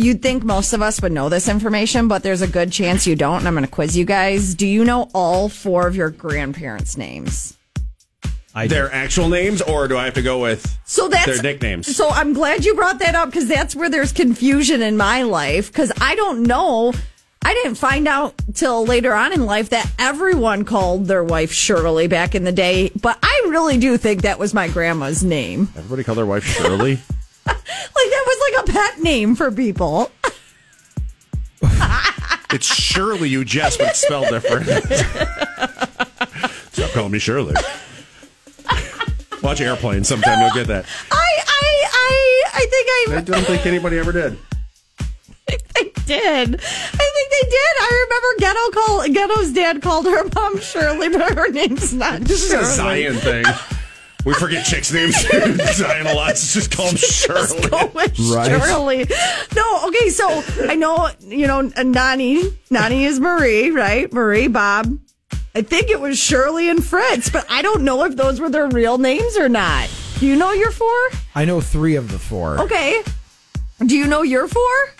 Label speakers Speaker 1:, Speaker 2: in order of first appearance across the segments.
Speaker 1: You'd think most of us would know this information, but there's a good chance you don't. And I'm going to quiz you guys. Do you know all four of your grandparents' names?
Speaker 2: I do.
Speaker 3: Their actual names, or do I have to go with
Speaker 1: So that's
Speaker 3: their nicknames?
Speaker 1: So I'm glad you brought that up because that's where there's confusion in my life because I don't know. I didn't find out till later on in life that everyone called their wife Shirley back in the day, but I really do think that was my grandma's name.
Speaker 3: Everybody call their wife Shirley.
Speaker 1: Like that was like a pet name for people.
Speaker 3: it's Shirley, you Jess, but it's spelled different. Stop calling me Shirley. Watch airplanes. Sometime you'll get that.
Speaker 1: I I I I think I
Speaker 3: I don't think anybody ever did.
Speaker 1: they did. I think they did. I remember Ghetto call Ghetto's dad called her mom Shirley, but her name's not
Speaker 3: This is a
Speaker 1: Shirley.
Speaker 3: Zion thing. We forget chicks' names. Zion a lot. It's just call them Shirley.
Speaker 1: Go with
Speaker 2: Right.
Speaker 1: Oh, Shirley. No, okay, so I know you know Nani. Nani is Marie, right? Marie, Bob. I think it was Shirley and Fritz, but I don't know if those were their real names or not. Do you know your four?
Speaker 2: I know three of the four
Speaker 1: Okay. Do you know your four?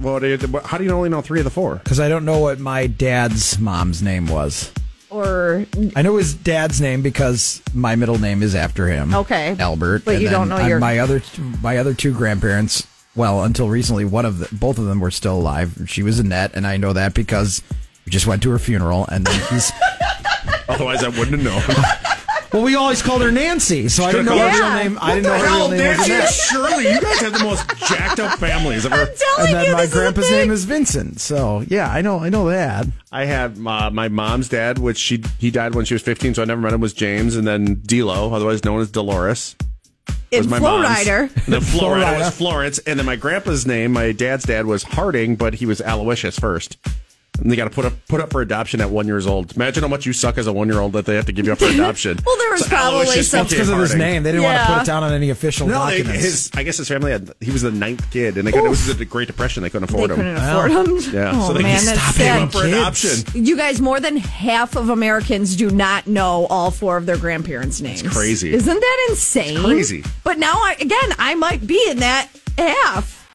Speaker 3: Well, do you- how do you only know three of the four?
Speaker 2: because I don't know what my dad's mom's name was.
Speaker 1: Or
Speaker 2: I know his dad's name because my middle name is after him.
Speaker 1: Okay.
Speaker 2: Albert.
Speaker 1: But you don't know
Speaker 2: uh,
Speaker 1: your-
Speaker 2: my other my other two grandparents. Well, until recently, one of the, both of them were still alive. She was Annette, and I know that because we just went to her funeral, and then he's.
Speaker 3: Otherwise, I wouldn't have known.
Speaker 2: well, we always called her Nancy, so I didn't know her
Speaker 3: Could've called
Speaker 2: real
Speaker 1: her-
Speaker 2: name.
Speaker 3: What
Speaker 2: I didn't
Speaker 3: the
Speaker 2: know her
Speaker 3: hell,
Speaker 2: real name was
Speaker 3: Nancy and
Speaker 2: Annette.
Speaker 3: Shirley, you guys have the most jacked up families ever.
Speaker 1: I'm telling
Speaker 2: And
Speaker 1: you,
Speaker 2: then my
Speaker 1: this is a
Speaker 2: grandpa's
Speaker 1: thing.
Speaker 2: name is Vincent. So yeah, I know I know that.
Speaker 3: I had my, my mom's dad, which she he died when she was 15, so I never met him, was James, and then D-Lo, otherwise known as Dolores.
Speaker 1: in
Speaker 3: was my
Speaker 1: Flow
Speaker 3: mom's.
Speaker 1: Rider.
Speaker 3: And then Flo
Speaker 2: Flo
Speaker 3: Rider
Speaker 2: Rida.
Speaker 3: was Florence, and then my grandpa's name, my dad's dad was Harding, but he was Aloysius first. And they got to put up put up for adoption at one years old. Imagine how much you suck as a one year old that they have to give you up for adoption.
Speaker 1: Well, there was
Speaker 3: So
Speaker 1: probably
Speaker 3: Aloysius
Speaker 1: some-
Speaker 3: became
Speaker 2: Because of his
Speaker 3: Harding.
Speaker 2: name, they didn't want to
Speaker 1: Yeah.
Speaker 2: put it down on any official
Speaker 3: No, they-
Speaker 2: documents.
Speaker 3: his I guess his family had he was the ninth kid, and they couldn't, it was the Great Depression. They couldn't
Speaker 1: They
Speaker 3: afford him.
Speaker 1: couldn't afford them.
Speaker 3: Yeah,
Speaker 1: Oh,
Speaker 3: so they
Speaker 1: man,
Speaker 3: just
Speaker 1: that's
Speaker 3: stopped
Speaker 1: sad.
Speaker 3: him up for
Speaker 2: Kids.
Speaker 3: adoption.
Speaker 1: You guys, more than half of Americans do not know all four of their grandparents' names.
Speaker 3: crazy.
Speaker 1: Isn't that insane?
Speaker 3: It's crazy.
Speaker 1: But now, I, again, I might be in that half.